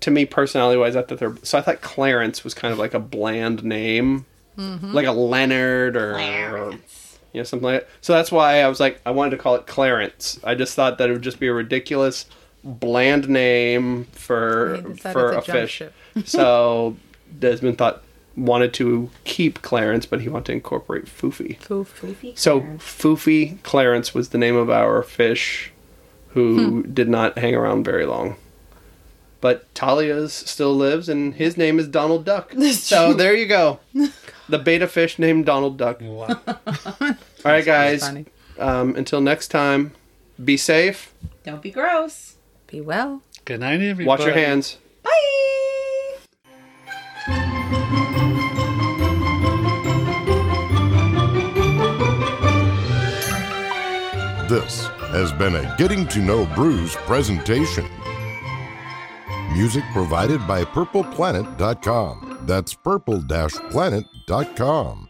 Speaker 1: to me personality wise, I thought they're. So I thought Clarence was kind of like a bland name, like a Leonard or, or you know something like that. So that's why I was like, I wanted to call it Clarence. I just thought that it would just be a ridiculous, bland name for
Speaker 4: He decided
Speaker 1: for
Speaker 4: to
Speaker 1: a
Speaker 4: jump
Speaker 1: fish.
Speaker 4: ship.
Speaker 1: (laughs) so Desmond thought wanted to keep Clarence, but he wanted to incorporate Foofy.
Speaker 4: Foofy.
Speaker 1: So Foofy Clarence was the name of our fish, who did not hang around very long. But Talia's still lives, and his name is Donald Duck. so there you go, the beta fish named Donald Duck. All
Speaker 3: Wow.
Speaker 1: right, guys.
Speaker 4: funny.
Speaker 1: Um, until next time, be safe.
Speaker 5: Don't be gross.
Speaker 4: Be well.
Speaker 3: Good night, everybody.
Speaker 1: Wash your hands.
Speaker 5: Bye.
Speaker 6: This has been a Getting to Know Brews presentation. Music provided by PurplePlanet.com. That's purple-planet.com.